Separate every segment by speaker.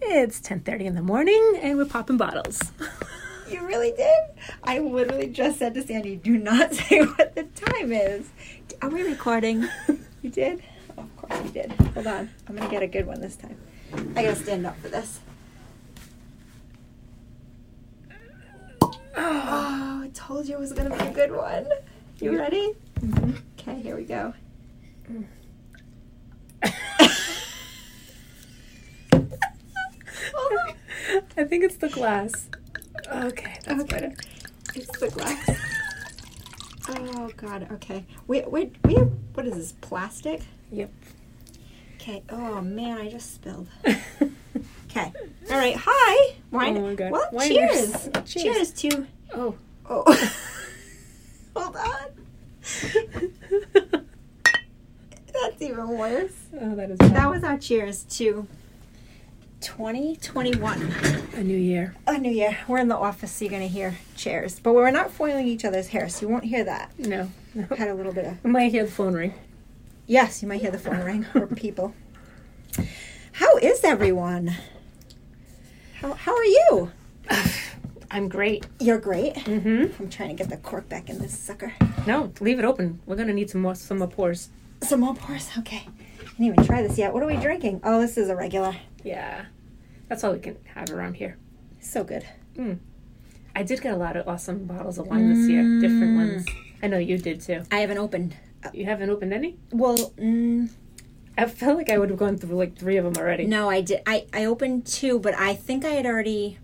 Speaker 1: It's 10:30 in the morning and we're popping bottles.
Speaker 2: You really did? I literally just said to Sandy, do not say what the time is. Are we recording? you did? of course you did. Hold on. I'm going to get a good one this time. I got to stand up for this. Oh, I told you it was going to be a good one. You Mm-hmm. ready? Okay, here we go. Hold on.
Speaker 1: I think it's the glass. Okay, that's
Speaker 2: Okay.
Speaker 1: better.
Speaker 2: It's the glass. Oh god. Okay. Wait. Wait. We have what is this? Plastic.
Speaker 1: Yep.
Speaker 2: Okay. Oh man, I just spilled. Okay. All right. Hi. Wine.
Speaker 1: Oh my God.
Speaker 2: Well,
Speaker 1: Winers.
Speaker 2: cheers.
Speaker 1: Cheers.
Speaker 2: Cheers to.
Speaker 1: oh.
Speaker 2: Oh. Hold on. That's even worse.
Speaker 1: oh, that is
Speaker 2: That was our cheers to 2021.
Speaker 1: a new year.
Speaker 2: A new year. We're in the office, so you're gonna hear cheers, but we're not foiling each other's hair, so you won't hear that.
Speaker 1: No. no.
Speaker 2: Had a little bit of
Speaker 1: I might hear the phone ring.
Speaker 2: Yes, you might hear the phone ring or people. How is everyone? How, how are you?
Speaker 1: I'm great.
Speaker 2: You're great.
Speaker 1: Mm-hmm.
Speaker 2: I'm trying to get the cork back in this sucker.
Speaker 1: No, leave it open. We're gonna need some more some more pours.
Speaker 2: Some more pours? Okay. I didn't even try this yet. What are we drinking? Oh, this is a regular.
Speaker 1: Yeah. That's all we can have around here. Mm.
Speaker 2: So good.
Speaker 1: I did get a lot of awesome bottles of wine this year, different ones. I know you did too.
Speaker 2: I haven't opened.
Speaker 1: You haven't opened any?
Speaker 2: Well, mm,
Speaker 1: I felt like I would have gone through like three of them already.
Speaker 2: no, I did. I, I opened two, but I think I had already.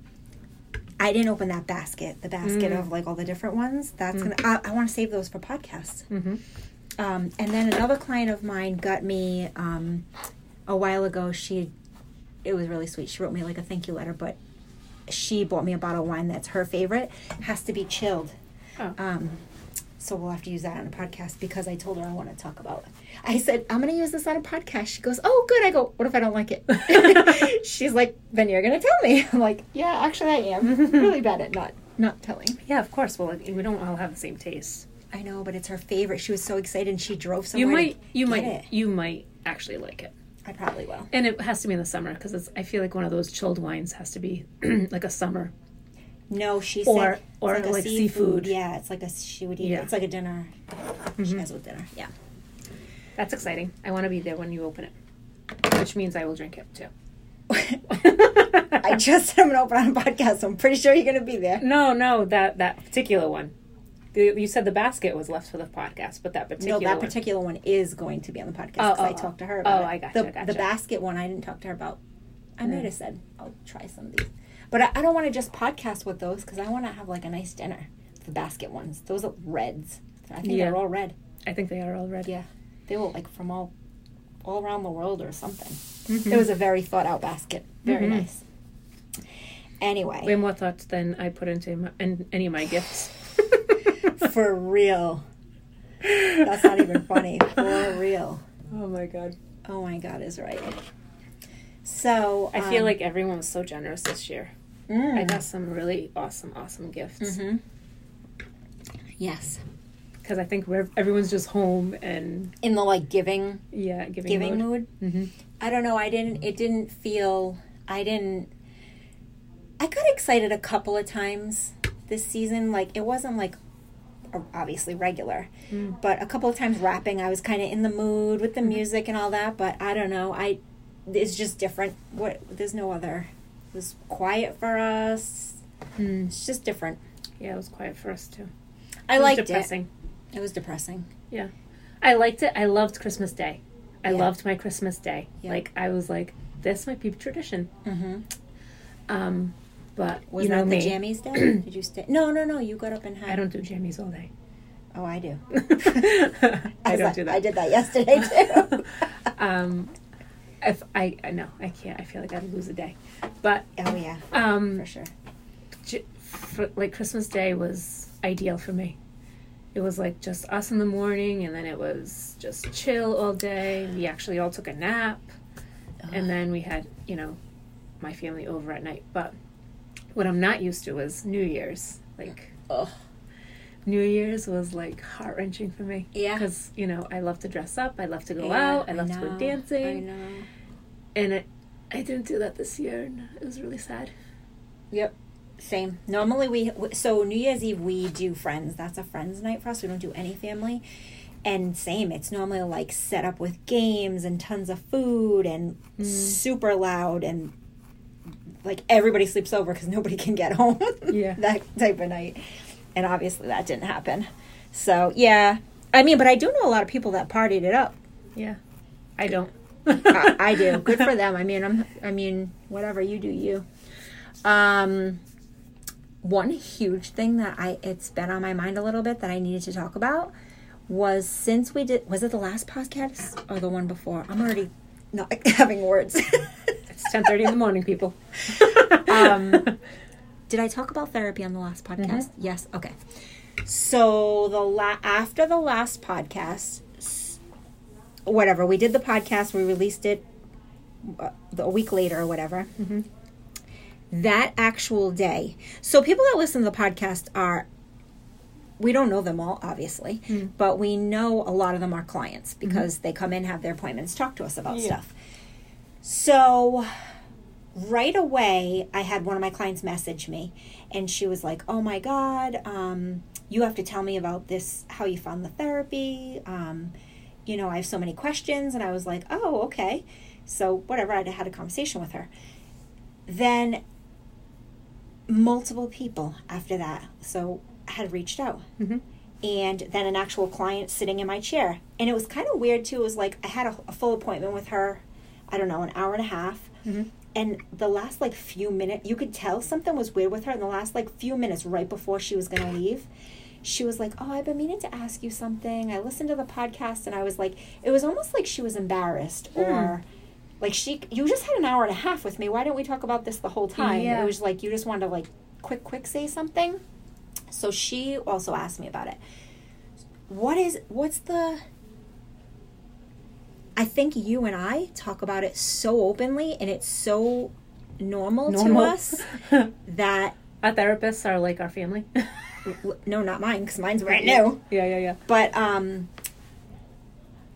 Speaker 2: I didn't open that basket, the basket of like all the different ones. That's gonna. I, I want to save those for podcasts.
Speaker 1: Mm-hmm.
Speaker 2: Um, and then another client of mine got me um, a while ago. She, it was really sweet. She wrote me like a thank you letter, but she bought me a bottle of wine that's her favorite. Has to be chilled.
Speaker 1: Oh.
Speaker 2: Um, so we'll have to use that on a podcast because I told her I want to talk about. I said I'm going to use this on a podcast. She goes, "Oh, good." I go, "What if I don't like it?" She's like, "Then you're going to tell me." I'm like, "Yeah, actually, I am really bad at not not telling."
Speaker 1: Yeah, of course. Well, like, we don't all have the same taste.
Speaker 2: I know, but it's her favorite. She was so excited, and she drove
Speaker 1: You
Speaker 2: somewhere. to
Speaker 1: might, you
Speaker 2: get
Speaker 1: might,
Speaker 2: it.
Speaker 1: you might actually like it.
Speaker 2: I probably will.
Speaker 1: And it has to be in the summer because it's. I feel like one of those chilled wines has to be like a summer.
Speaker 2: No, she
Speaker 1: Or-
Speaker 2: said
Speaker 1: or
Speaker 2: a
Speaker 1: like seafood.
Speaker 2: Yeah, it's like a she would eat.
Speaker 1: Yeah. Mm-hmm.
Speaker 2: It's like a dinner. She has with dinner. Yeah.
Speaker 1: That's exciting. I want to be there when you open it, which means I will drink it too.
Speaker 2: I just said I'm gonna open on a podcast, so I'm pretty sure you're gonna be there.
Speaker 1: No, no, that that particular one. The, you said the basket was left for the podcast, but that particular
Speaker 2: no, that
Speaker 1: one.
Speaker 2: particular one is going to be on the podcast
Speaker 1: Oh,
Speaker 2: 'cause I
Speaker 1: oh,
Speaker 2: talked to
Speaker 1: oh.
Speaker 2: her about
Speaker 1: Oh,
Speaker 2: it.
Speaker 1: I gotcha,
Speaker 2: the,
Speaker 1: gotcha. Mm.
Speaker 2: the basket one I didn't talk to her about. I might have said I'll try some of these, but I, I don't want to just podcast with those because I want to have like a nice dinner. The basket ones, those are reds. I think
Speaker 1: Yeah.
Speaker 2: they're all red.
Speaker 1: I think they are all red.
Speaker 2: Yeah, they were like from all all around the world or something.
Speaker 1: Mm-hmm.
Speaker 2: It was a very thought out basket. Very nice. Anyway,
Speaker 1: Way more thoughts than I put into my, in, any of my gifts.
Speaker 2: for real. That's not even funny. For real.
Speaker 1: Oh my god!
Speaker 2: Oh my God, is right. So
Speaker 1: I feel
Speaker 2: um,
Speaker 1: like everyone was so generous this year.
Speaker 2: mm, Mm-hmm.
Speaker 1: I got some really awesome, awesome gifts because
Speaker 2: yes,
Speaker 1: I think we're, everyone's just home and
Speaker 2: in the like giving
Speaker 1: yeah, giving, Mm-hmm.
Speaker 2: giving
Speaker 1: mode.
Speaker 2: mood. I don't know. I didn't. It didn't feel. I didn't. I got excited a couple of times this season. Like it wasn't like o- obviously regular, but a couple of times rapping, I was kind of in the mood
Speaker 1: Mm-hmm.
Speaker 2: with the music and all that. But I don't know. I it's just different. What there's no other. It was quiet for us. It's just different.
Speaker 1: Mm. Yeah, it was quiet for us too.
Speaker 2: I
Speaker 1: It was
Speaker 2: liked
Speaker 1: depressing.
Speaker 2: it. It was depressing.
Speaker 1: Yeah, I liked it. I loved Christmas Day. I
Speaker 2: Yeah.
Speaker 1: loved my Christmas Day.
Speaker 2: Yeah.
Speaker 1: Like I was like, this might be tradition.
Speaker 2: Mm-hmm.
Speaker 1: Um, but
Speaker 2: Was
Speaker 1: you know
Speaker 2: that the
Speaker 1: me,
Speaker 2: jammies day? Did you stay? No, no, no. You got up and had.
Speaker 1: I don't do jammies all day.
Speaker 2: Oh, I do.
Speaker 1: I don't do that.
Speaker 2: I did that yesterday too.
Speaker 1: Um, if I I- no, I can't. I feel like I'd lose a day. But
Speaker 2: oh yeah,
Speaker 1: um,
Speaker 2: for sure.
Speaker 1: j- for, like Christmas Day was ideal for me. It was like just us in the morning, and then it was just chill all day. We actually all took a nap, and then we had you know my family over at night. But what I'm not used to is New Year's. Like
Speaker 2: Oh
Speaker 1: New Year's was like heart wrenching for me.
Speaker 2: Yeah.
Speaker 1: because you know I love to dress up, I love to go out, I love to go dancing,
Speaker 2: I know.
Speaker 1: and it I didn't do that this year, and it was really sad.
Speaker 2: Yep. Same. Normally we w- so New Year's Eve we do friends. That's a friends night for us. We don't do any family. And same, it's normally like set up with games and tons of food and super loud and like everybody sleeps over because nobody can get home.
Speaker 1: Yeah.
Speaker 2: that type of night. And obviously that didn't happen. So yeah, I mean, but I do know a lot of people that partied it up.
Speaker 1: Yeah, I don't.
Speaker 2: I, I do. Good for them. I mean, I'm. I mean, whatever you do, you. Um, one huge thing that I it's been on my mind a little bit that I needed to talk about was since we did was it the last podcast or the one before? I'm already not having words.
Speaker 1: It's ten thirty in the morning, people.
Speaker 2: um, did I talk about therapy on the last podcast? Yes. Okay. So the la- after the last podcast, s- whatever we did the podcast, we released it uh, a week later or whatever. That actual day. So people that listen to the podcast are. We don't know them all, obviously, but we know a lot of them are clients because they come in, have their appointments, talk to us about stuff. So right away i had one of my clients message me and she was like oh my god um, you have to tell me about this how you found the therapy um, you know i have so many questions and i was like oh okay so whatever i had a conversation with her then multiple people after that so had reached out and then an actual client sitting in my chair and it was kind of weird too it was like i had a, a full appointment with her i don't know an hour and a half and the last like few minutes you could tell something was weird with her in the last like few minutes right before she was going to leave she was like oh i've been meaning to ask you something i listened to the podcast and i was like it was almost like she was embarrassed or like she you just had an hour and a half with me why didn't we talk about this the whole time
Speaker 1: Yeah.
Speaker 2: it was like you just wanted to like quick quick say something so she also asked me about it what is what's the I think you and I talk about it so openly and it's so normal,
Speaker 1: Normal.
Speaker 2: to us that
Speaker 1: Our therapists are like our family. yeah,
Speaker 2: no not mine cuz mine's brand new
Speaker 1: yeah, yeah.
Speaker 2: but um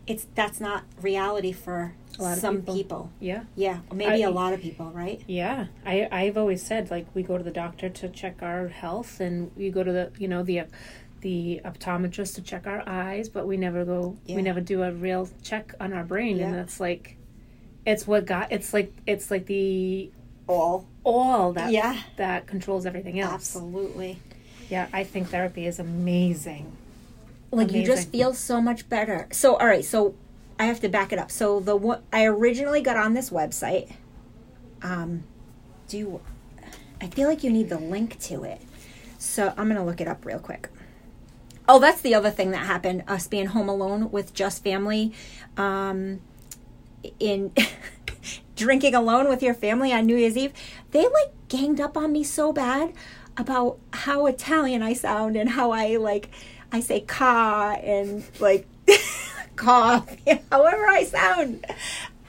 Speaker 2: it's that's not reality for
Speaker 1: A lot of
Speaker 2: some
Speaker 1: people.
Speaker 2: people.
Speaker 1: Yeah.
Speaker 2: Yeah, maybe
Speaker 1: I-
Speaker 2: a lot of people, right?
Speaker 1: Yeah, I I've always said like we go to the doctor to check our health, and we go to the you know the the optometrist to check our eyes, but we never go
Speaker 2: Yeah.
Speaker 1: we never do a real check on our brain, and
Speaker 2: Yeah.
Speaker 1: that's like it's what got it's like it's like the
Speaker 2: All.
Speaker 1: all that
Speaker 2: Yeah.
Speaker 1: that controls everything else.
Speaker 2: Absolutely.
Speaker 1: Yeah, I think therapy is amazing.
Speaker 2: like you just
Speaker 1: Amazing.
Speaker 2: feel so much better. So all right, so I have to back it up. So the one I originally got on this website, um, do you, I feel like you need the link to it. So I'm gonna look it up real quick. Oh, that's the other thing that happened. Us being home alone with just family, um, in drinking alone with your family on New Year's Eve, they like ganged up on me so bad about how Italian I sound and how I like I say ca and like cough, however I sound.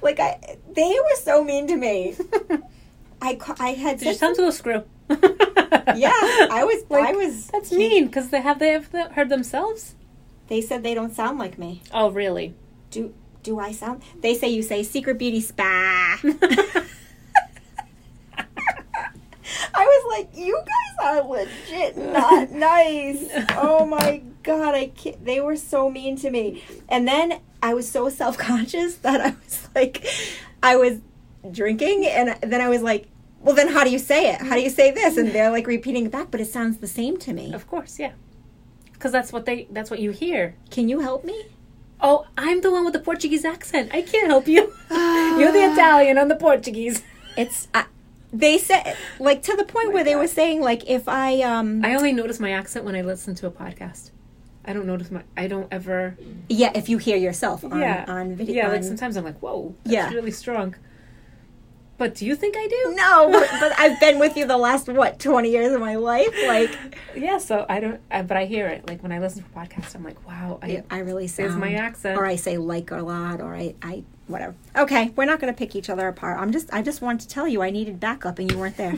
Speaker 2: Like I, they were so mean to me. I ca- I had
Speaker 1: Did you
Speaker 2: such,
Speaker 1: sound to a screw?
Speaker 2: yeah. I was I was.
Speaker 1: That's mean because they have they have they heard themselves.
Speaker 2: They said they don't sound like me.
Speaker 1: Oh, really?
Speaker 2: Do do I sound? They say you say secret beauty spa. I was like, you guys are legit not nice. Oh my god, I can't. they were so mean to me. And then I was so self conscious that I was like, I was drinking, and then I was like, well, then how do you say it? How do you say this? And they're like repeating it back, but it sounds the same to me.
Speaker 1: Of course, yeah. Because that's what they that's what you hear.
Speaker 2: Can you help me?
Speaker 1: Oh, I'm the one with the Portuguese accent. I can't help you. You're
Speaker 2: Ah.
Speaker 1: the Italian. I'm the Portuguese.
Speaker 2: It's I, they said like to the point where they were saying like if I um
Speaker 1: I only notice my accent when I listen to a podcast. I don't notice my. I don't ever.
Speaker 2: yeah if you hear yourself on on video
Speaker 1: Yeah,
Speaker 2: on,
Speaker 1: like sometimes I'm like, whoa, that's
Speaker 2: Yeah.
Speaker 1: really strong. But do you think I do?
Speaker 2: no but, but I've been with you the last what twenty years of my life like
Speaker 1: Yeah, so I don't. I, but I hear it. Like when I listen to a podcast, I'm like, wow, I,
Speaker 2: I really sound
Speaker 1: there's my accent.
Speaker 2: or I say like a lot or I I whatever okay we're not gonna pick each other apart I'm just I just wanted to tell you I needed backup and you weren't there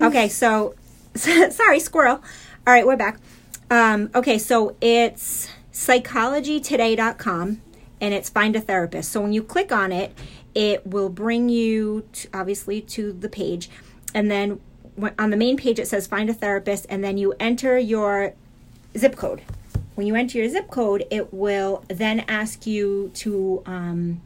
Speaker 2: okay so sorry squirrel all right we're back um, okay so it's psychologytoday.com and it's find a therapist so when you click on it It will bring you to, obviously to the page, and then when- on the main page it says find a therapist, and then you enter your zip code. When you enter your zip code, it will then ask you to um,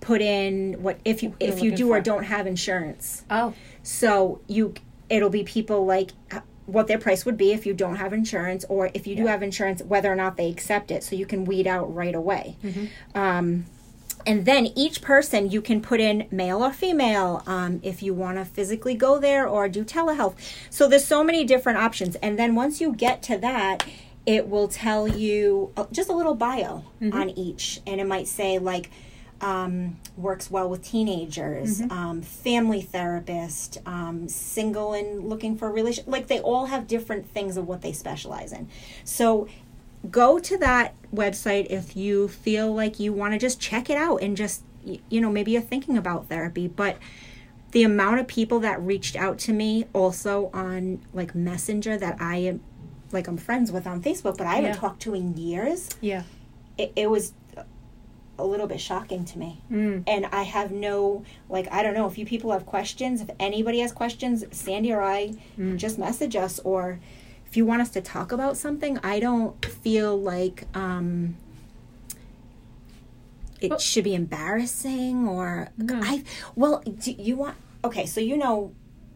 Speaker 2: put in what if you
Speaker 1: you're
Speaker 2: if you
Speaker 1: looking
Speaker 2: do or
Speaker 1: for.
Speaker 2: don't have insurance.
Speaker 1: Oh,
Speaker 2: So you, it'll be people like h- what their price would be if you don't have insurance, or if you do have insurance, whether or not they accept it. So you can weed out right away. Um, and then each person you can put in male or female um, if you want to physically go there or do telehealth. So there's so many different options. And then once you get to that, it will tell you uh, just a little bio on each, and it might say like um, works well with teenagers, um, family therapist, um, single and looking for a relationship. Like they all have different things of what they specialize in. So go to that website if you feel like you want to just check it out and just y- you know maybe you're thinking about therapy but the amount of people that reached out to me also on like messenger that i am like i'm friends with on facebook but i haven't
Speaker 1: Yeah.
Speaker 2: talked to in years
Speaker 1: yeah.
Speaker 2: it, it was a little bit shocking to me
Speaker 1: Mm. Mm-hmm.
Speaker 2: and i have no like i don't know if you people have questions if anybody has questions sandy or i
Speaker 1: Mm.
Speaker 2: just message us or if you want us to talk about something i don't feel like um it
Speaker 1: Well-
Speaker 2: should be embarrassing or
Speaker 1: No.
Speaker 2: i well do you want okay so you know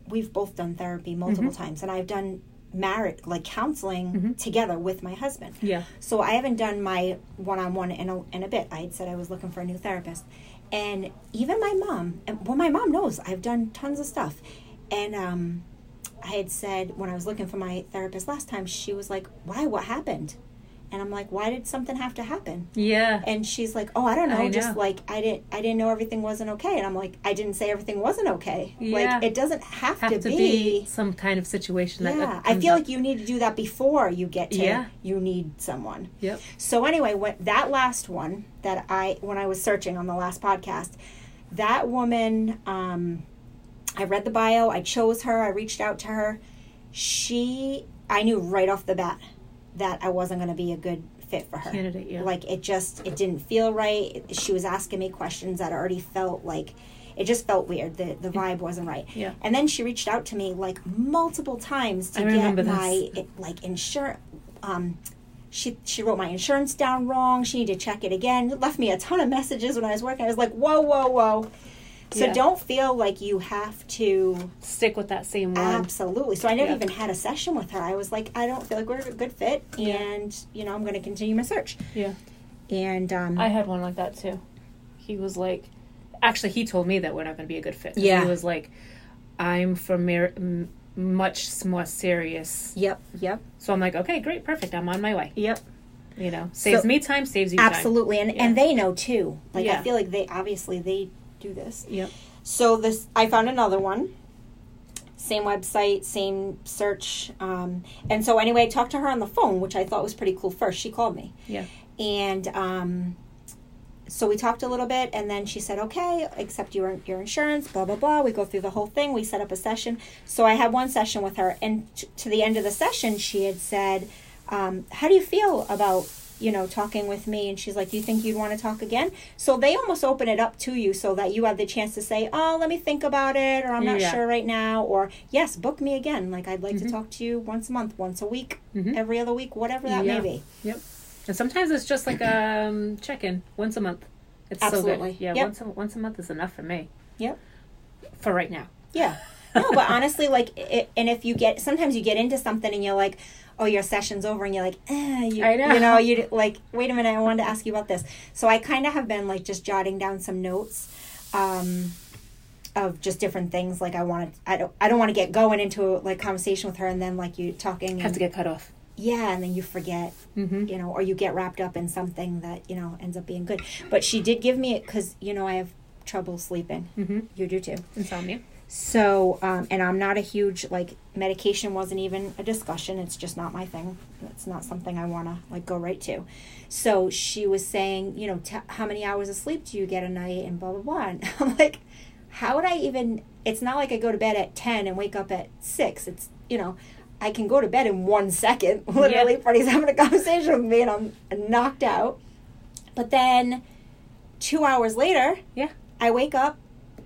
Speaker 2: we've both done therapy multiple
Speaker 1: Mm-hmm.
Speaker 2: times and i've done marriage like counseling together with my husband
Speaker 1: Yeah.
Speaker 2: so I haven't done my one-on-one in a, in a bit. I had said I was looking for a new therapist, and even my mom. And, well, my mom knows I've done tons of stuff, and um, I had said when I was looking for my therapist last time, she was like, "Why? What happened?" And I'm like, "Why did something have to happen?"
Speaker 1: Yeah.
Speaker 2: And she's like, "Oh, I don't know.
Speaker 1: I
Speaker 2: Just
Speaker 1: know.
Speaker 2: like I didn't, I didn't know everything wasn't okay." And I'm like, "I didn't say everything wasn't okay.
Speaker 1: Yeah.
Speaker 2: Like it doesn't have,
Speaker 1: have to be some kind of situation that-
Speaker 2: yeah,
Speaker 1: that
Speaker 2: I
Speaker 1: comes
Speaker 2: feel
Speaker 1: up.
Speaker 2: like you need to do that before you get to
Speaker 1: Yeah.
Speaker 2: you need someone.
Speaker 1: Yep.
Speaker 2: So anyway, what that last one that I when I was searching on the last podcast, that woman, um, I read the bio, I chose her, I reached out to her. She, I knew right off the bat that I wasn't going to be a good fit for her.
Speaker 1: Candidate, yeah.
Speaker 2: Like it just it didn't feel right. She was asking me questions that already felt like it just felt weird. The the vibe wasn't right.
Speaker 1: Yeah.
Speaker 2: And then she reached out to me like multiple times to
Speaker 1: I
Speaker 2: get
Speaker 1: remember this.
Speaker 2: my it, like insurance. Um, she she wrote my insurance down wrong. She needed to check it again. It left me a ton of messages when I was working. I was like, whoa, whoa, whoa. So
Speaker 1: Yeah.
Speaker 2: don't feel like you have to
Speaker 1: Stick with that same one.
Speaker 2: absolutely. So I never
Speaker 1: Yeah.
Speaker 2: even had a session with her. I was like, I don't feel like we're a good fit,
Speaker 1: Yeah.
Speaker 2: and you know, I'm going to continue my search.
Speaker 1: Yeah.
Speaker 2: And um,
Speaker 1: I had one like that too. He was like, actually, he told me that we're not going to be a good fit.
Speaker 2: Yeah.
Speaker 1: He was like, I'm from mer- m- much s- more serious.
Speaker 2: yep, yep,
Speaker 1: So I'm like, okay, great, perfect. I'm on my way.
Speaker 2: yep.
Speaker 1: You know, saves
Speaker 2: So-
Speaker 1: me time, saves you
Speaker 2: Absolutely, and and
Speaker 1: Yeah.
Speaker 2: they know too. Like I
Speaker 1: Yeah.
Speaker 2: feel like they obviously they do this.
Speaker 1: time. Yep.
Speaker 2: So this, I found another one. Same website, same search. Um, and so anyway, I talked to her on the phone, which I thought was pretty cool. First, she called me,
Speaker 1: Yeah.
Speaker 2: and um, so we talked a little bit, and then she said, "Okay, accept your your insurance." Blah blah blah. We go through the whole thing. We set up a session. So I had one session with her, and t- to the end of the session, she had said, um, "How do you feel about?" you know talking with me and she's like do you think you'd want to talk again so they almost open it up to you so that you have the chance to say oh let me think about it or i'm not
Speaker 1: Yeah. Mm-hmm.
Speaker 2: sure right now or yes book me again like i'd like to talk to you once a month once a week
Speaker 1: Mhm.
Speaker 2: every other week whatever that
Speaker 1: Yeah.
Speaker 2: may be
Speaker 1: Yep. And sometimes it's just like a um, check in once a month. It's so
Speaker 2: Absolutely.
Speaker 1: good. Yeah.
Speaker 2: Yep.
Speaker 1: Once a, once a month is enough for me.
Speaker 2: Yep.
Speaker 1: For right now.
Speaker 2: Yeah. No, but honestly, like, i and if you get, sometimes you get into something and you're like, oh, your session's over, and you're like, eh, you,
Speaker 1: I know.
Speaker 2: you know, you like, wait a minute, I wanted to ask you about this. So I kind of have been like just jotting down some notes. Um, of just different things like I want to I don't I don't want to get going into like conversation with her and then like you talking and,
Speaker 1: Have to get cut off.
Speaker 2: yeah and then you forget
Speaker 1: Mm-hmm.
Speaker 2: you know, or you get wrapped up in something that you know ends up being good. But she did give me it because you know I have trouble sleeping.
Speaker 1: Mm-hmm.
Speaker 2: You do too.
Speaker 1: Insomnia.
Speaker 2: So, um, and I'm not a huge like medication wasn't even a discussion. It's just not my thing. It's not something I want to like go right to. So she was saying, you know, t- how many hours of sleep do you get a night, and blah blah blah. And I'm like, how would I even? It's not like I go to bed at ten and wake up at six. It's you know, I can go to bed in one second. Literally, Freddie's having a conversation with me, and I'm knocked out. But then, two hours later,
Speaker 1: Yeah.
Speaker 2: I wake up,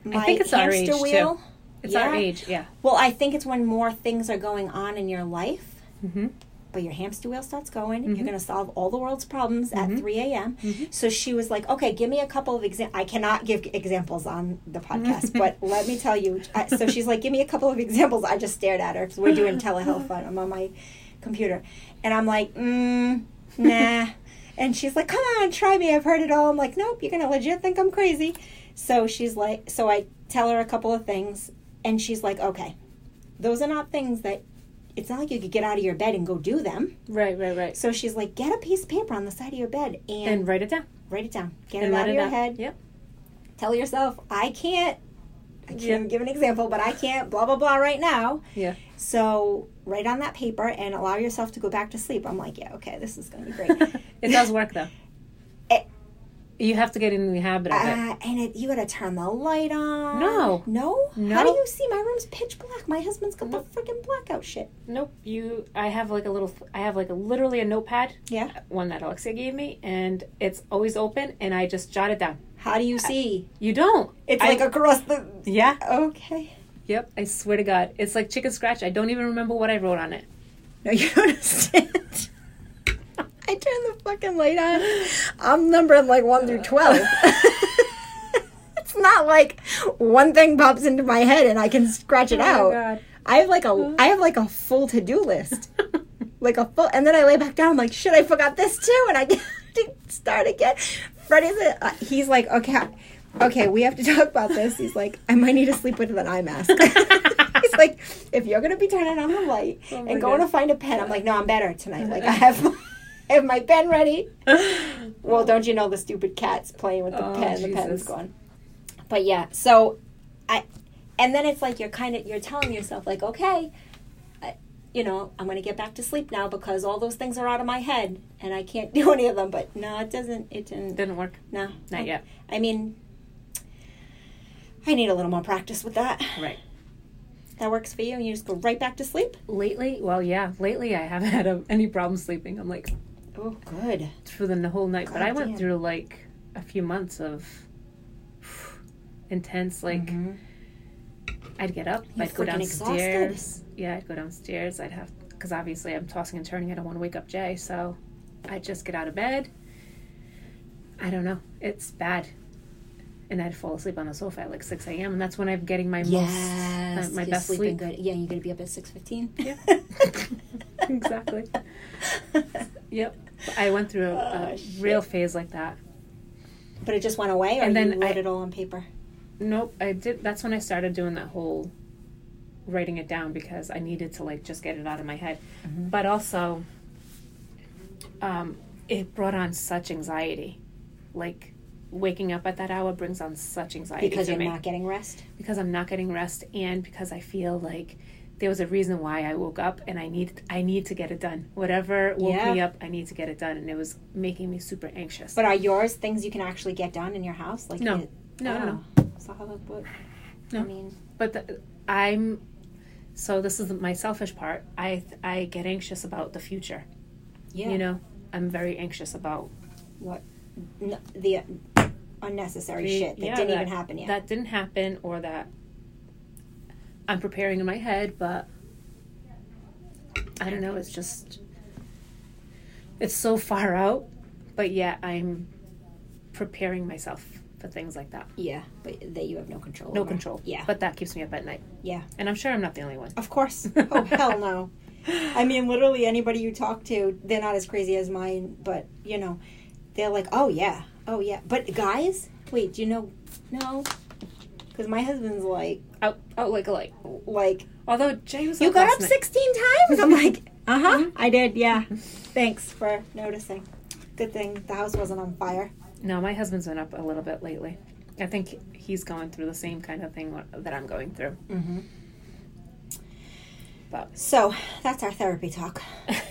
Speaker 2: my
Speaker 1: think it's our
Speaker 2: hamster
Speaker 1: age, too.
Speaker 2: wheel.
Speaker 1: It's our
Speaker 2: Yeah.
Speaker 1: age, yeah.
Speaker 2: Well, I think it's when more things are going on in your life,
Speaker 1: Mm-hmm.
Speaker 2: but your hamster wheel starts going. You're going to solve all the world's problems at 3 a.m.
Speaker 1: Mhm.
Speaker 2: So she was like, okay, give me a couple of examples. I cannot give examples on the podcast, but let me tell you. I, so she's like, give me a couple of examples. I just stared at her because we're doing telehealth on, I'm on my computer. And I'm like, mm, nah. and she's like, come on, try me. I've heard it all. I'm like, nope, you're going to legit think I'm crazy. So she's like, so I tell her a couple of things, and she's like, okay, those are not things that it's not like you could get out of your bed and go do them.
Speaker 1: Right, right, right.
Speaker 2: So she's like, get a piece of paper on the side of your bed and,
Speaker 1: And write it down.
Speaker 2: write it down. Get
Speaker 1: And
Speaker 2: it out
Speaker 1: write it
Speaker 2: of your
Speaker 1: out.
Speaker 2: head.
Speaker 1: Yep.
Speaker 2: Tell yourself, I can't. I can't
Speaker 1: Yeah.
Speaker 2: give an example, but I can't. Blah blah blah. Right now.
Speaker 1: Yeah.
Speaker 2: So write on that paper and allow yourself to go back to sleep. I'm like, yeah, okay, this is gonna be great. Uh,
Speaker 1: it does work though.
Speaker 2: It-
Speaker 1: you have to get in the habit of it.
Speaker 2: Uh, and it, you gotta turn the light on.
Speaker 1: No.
Speaker 2: No?
Speaker 1: No.
Speaker 2: How do you see? My room's pitch black. My husband's got the freaking blackout shit.
Speaker 1: Nope. You. I have like a little. I have like a literally a notepad,
Speaker 2: Yeah.
Speaker 1: one that Alexia gave me, and it's always open, and I just jot it down.
Speaker 2: How do you see?
Speaker 1: You don't.
Speaker 2: It's
Speaker 1: I-
Speaker 2: like across the.
Speaker 1: Yeah.
Speaker 2: Okay.
Speaker 1: Yep. I swear to God, it's like chicken scratch. I don't even remember what I wrote on it.
Speaker 2: No, you don't understand. I turn the fucking light on. I'm numbering like 1 through 12. it's not like one thing pops into my head and I can scratch it out. I have like a I have like a full to-do list. like a full and then I lay back down I'm like, "Shit, I forgot this too." And I get to start again. Freddie's a, uh, he's like, "Okay, I- okay, we have to talk about this." He's like, "I might need to sleep with an eye mask." he's like, "If you're going to be turning on the light
Speaker 1: Oh my
Speaker 2: and going
Speaker 1: God.
Speaker 2: to find a pen." I'm like, "No, I'm better tonight. Like I have I have my pen ready." Well, don't you know the stupid cat's playing with the
Speaker 1: Oh,
Speaker 2: pen? The pen's
Speaker 1: Jesus.
Speaker 2: gone. But yeah, so I, and then it's like you're kind of you're telling yourself like, okay, I, you know, I'm gonna get back to sleep now because all those things are out of my head and I can't do any of them. But no, it doesn't. It didn't.
Speaker 1: Didn't work.
Speaker 2: No,
Speaker 1: Not yet.
Speaker 2: I mean, I need a little more practice with that.
Speaker 1: Right.
Speaker 2: That works for you, and you just go right back to sleep.
Speaker 1: Lately, well, yeah. Lately, I haven't had a, any problem sleeping. I'm like
Speaker 2: Oh, good.
Speaker 1: through the n- whole night, but I went
Speaker 2: Goddamn.
Speaker 1: through like a few months of intense like.
Speaker 2: Mhm.
Speaker 1: I'd get up.
Speaker 2: You're
Speaker 1: I'd go
Speaker 2: freaking
Speaker 1: downstairs. Yeah, I'd go downstairs. I'd have because obviously I'm tossing and turning. I don't want to wake up Jay, so I'd just get out of bed. I don't know. It's bad, and I'd fall asleep on the sofa at like six a.m. And that's when I'm getting my
Speaker 2: Yes,
Speaker 1: most my
Speaker 2: you're
Speaker 1: best
Speaker 2: sleeping
Speaker 1: sleep.
Speaker 2: good. Yeah, you're gonna be up at six fifteen.
Speaker 1: Yeah. Exactly. Yep. I went through a,
Speaker 2: Oh,
Speaker 1: a
Speaker 2: shit.
Speaker 1: real phase like that.
Speaker 2: But it just went away, or
Speaker 1: And
Speaker 2: you
Speaker 1: then
Speaker 2: wrote
Speaker 1: I-
Speaker 2: it all on paper.
Speaker 1: Nope, I did. That's when I started doing that whole writing it down because I needed to like just get it out of my head.
Speaker 2: Mm-hmm.
Speaker 1: But also, um, it brought on such anxiety. Like waking up at that hour brings on such anxiety
Speaker 2: Because
Speaker 1: to
Speaker 2: you're
Speaker 1: me
Speaker 2: not getting rest.
Speaker 1: because I'm not getting rest and because I feel like there was a reason why I woke up and I need I need to get it done. Whatever woke
Speaker 2: Yeah.
Speaker 1: me up, I need to get it done, and it was making me super anxious.
Speaker 2: But are yours things you can actually get done in your house? Like
Speaker 1: No.
Speaker 2: it-
Speaker 1: no, no, no.
Speaker 2: Oh, So how that work? I
Speaker 1: No.
Speaker 2: mean,
Speaker 1: but the, I'm so this is my selfish part. I I get anxious about the future.
Speaker 2: yeah.
Speaker 1: You know, I'm very anxious about
Speaker 2: N- the unnecessary
Speaker 1: the-
Speaker 2: shit that
Speaker 1: yeah,
Speaker 2: didn't even happen yet.
Speaker 1: that didn't happen or that I'm preparing in my head, but I don't know. It's just it's so far out, but yet I'm preparing myself for things like that.
Speaker 2: yeah, but that you have no control.
Speaker 1: No
Speaker 2: over.
Speaker 1: control.
Speaker 2: Yeah.
Speaker 1: But that keeps me up at night.
Speaker 2: Yeah.
Speaker 1: And I'm sure I'm not the only one.
Speaker 2: Of course. Oh hell no. I mean, literally anybody you talk to, they're not as crazy as mine, but you know, they're like, oh yeah, oh yeah. But guys, wait, do you know? No, because my husband's like,
Speaker 1: Out, out like a light.
Speaker 2: like
Speaker 1: Although Jay was
Speaker 2: you
Speaker 1: up
Speaker 2: got
Speaker 1: last
Speaker 2: up
Speaker 1: night. Mm-hmm.
Speaker 2: 16 times i'm like uh-huh i did yeah thanks for noticing good thing the house wasn't on fire
Speaker 1: No, my husband's been up a little bit lately. I think he's going through the same kind of thing wh- that I'm going through.
Speaker 2: mm-hmm.
Speaker 1: But
Speaker 2: so that's our therapy talk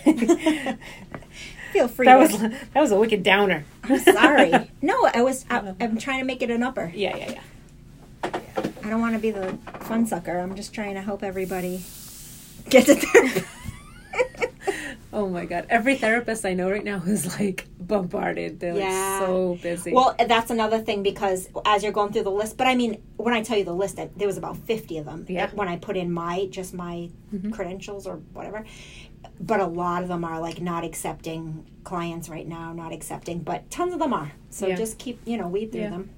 Speaker 1: that
Speaker 2: feel free to-
Speaker 1: was that was a wicked downer.
Speaker 2: i'm sorry no i was
Speaker 1: Uh-huh.
Speaker 2: I, i'm trying to make it an upper
Speaker 1: yeah, yeah, yeah.
Speaker 2: i don't want to be the fun sucker i'm just trying to help everybody get to therapy
Speaker 1: Oh my god! Every therapist I know right now is like bombarded. They're
Speaker 2: Yeah.
Speaker 1: like so busy.
Speaker 2: Well, that's another thing because as you're going through the list, but I mean, when I tell you the list, I, there was about 50 of them
Speaker 1: Yeah. Mm-hmm.
Speaker 2: when I put in my just my credentials or whatever. But a lot of them are like not accepting clients right now, not accepting, but tons of them are. So
Speaker 1: Yeah.
Speaker 2: just keep, you know, weed through
Speaker 1: Yeah.
Speaker 2: them.